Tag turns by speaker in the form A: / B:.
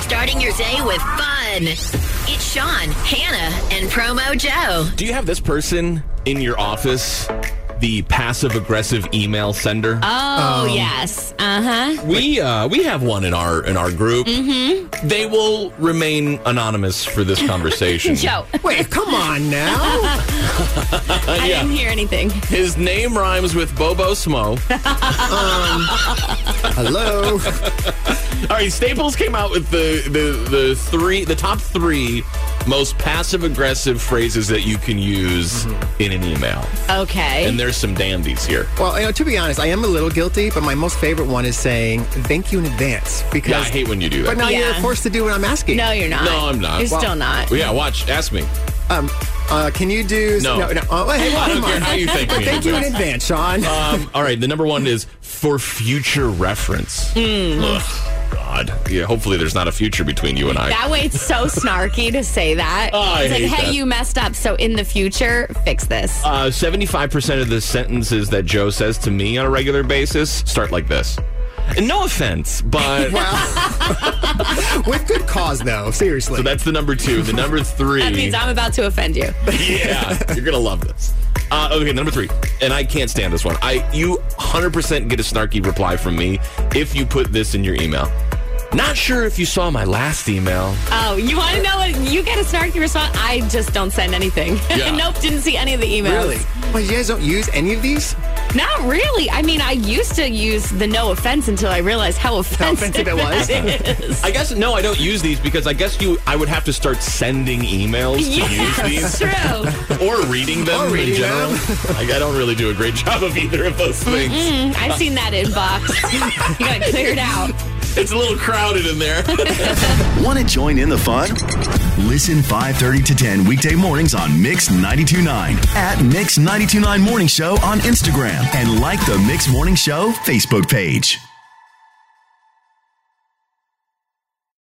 A: Starting your day with fun. It's Sean, Hannah, and Promo Joe.
B: Do you have this person in your office? The passive aggressive email sender.
C: Uh,
B: Um,
D: Oh, yes. Uh huh.
B: we uh, we have one in our in our group. Mm-hmm. They will remain anonymous for this conversation.
D: Joe,
C: Wait, come on now.
D: I
B: yeah.
D: didn't hear anything.
B: His name rhymes with Bobo Smo.
C: Hello.
B: All right, Staples came out with the the the three the top three most passive aggressive phrases that you can use
C: Mm-hmm.
B: in an email,
D: Okay.
B: and there's some dandies here.
C: Well, you know, to be honest, I am a little guilty, but my most favorite one is saying thank you in advance because.
B: Yeah, I hate when you do
C: But
B: that.
C: now you're
D: Yeah.
C: forced to do what I'm asking.
D: no, you're not.
B: No, I'm not.
D: You're
B: Well-
D: still not.
B: yeah, watch. Ask me.
C: Um, uh, can you do?
B: No.
C: no, Uh, hey,
B: I don't
C: come
B: care
C: on.
B: how you think. me.
C: Thank you in advance, Sean.
B: Um, all right, the number one is for future reference.
D: Hmm.
B: Ugh, God. Yeah, hopefully there's not a future between you and I.
D: That way, it's so snarky to say that.
B: Oh, I
D: it's like,
B: hate
D: hey,
B: that.
D: you messed up. So in the future, fix this.
B: Uh, 75% of the sentences that Joe says to me on a regular basis start like this. And no offense, but
C: With good cause, though. Seriously.
B: so that's the number two. The number three.
D: that means I'm about to offend you.
B: yeah, you're gonna love this. Uh, okay, number three, and I can't stand this one. I you 100% get a snarky reply from me if you put this in your email. Not sure if you saw my last email.
D: Oh, you want to know what? You get a snarky response. I just don't send anything.
B: Yeah.
D: nope, didn't see any of the emails.
C: really. Well, you guys don't use any of these?
D: Not really. I mean, I used to use the no offense until I realized how offensive,
C: offensive it was.
D: it is.
B: I guess no, I don't use these because I guess you I would have to start sending emails to
D: yeah,
B: use
D: it's true.
B: these or reading them
C: Or reading
B: in general. like, I don't really do a great job of either of those things.
C: Mm-hmm.
D: Mm, I've seen that inbox. you gotta clear it out.
B: It's a little crowded in there.
E: Want to join in the fun? Listen 5:30 to 10 weekday mornings on Mix 929 at Mix 929 Morning Show on Instagram and like the Mix Morning Show Facebook page.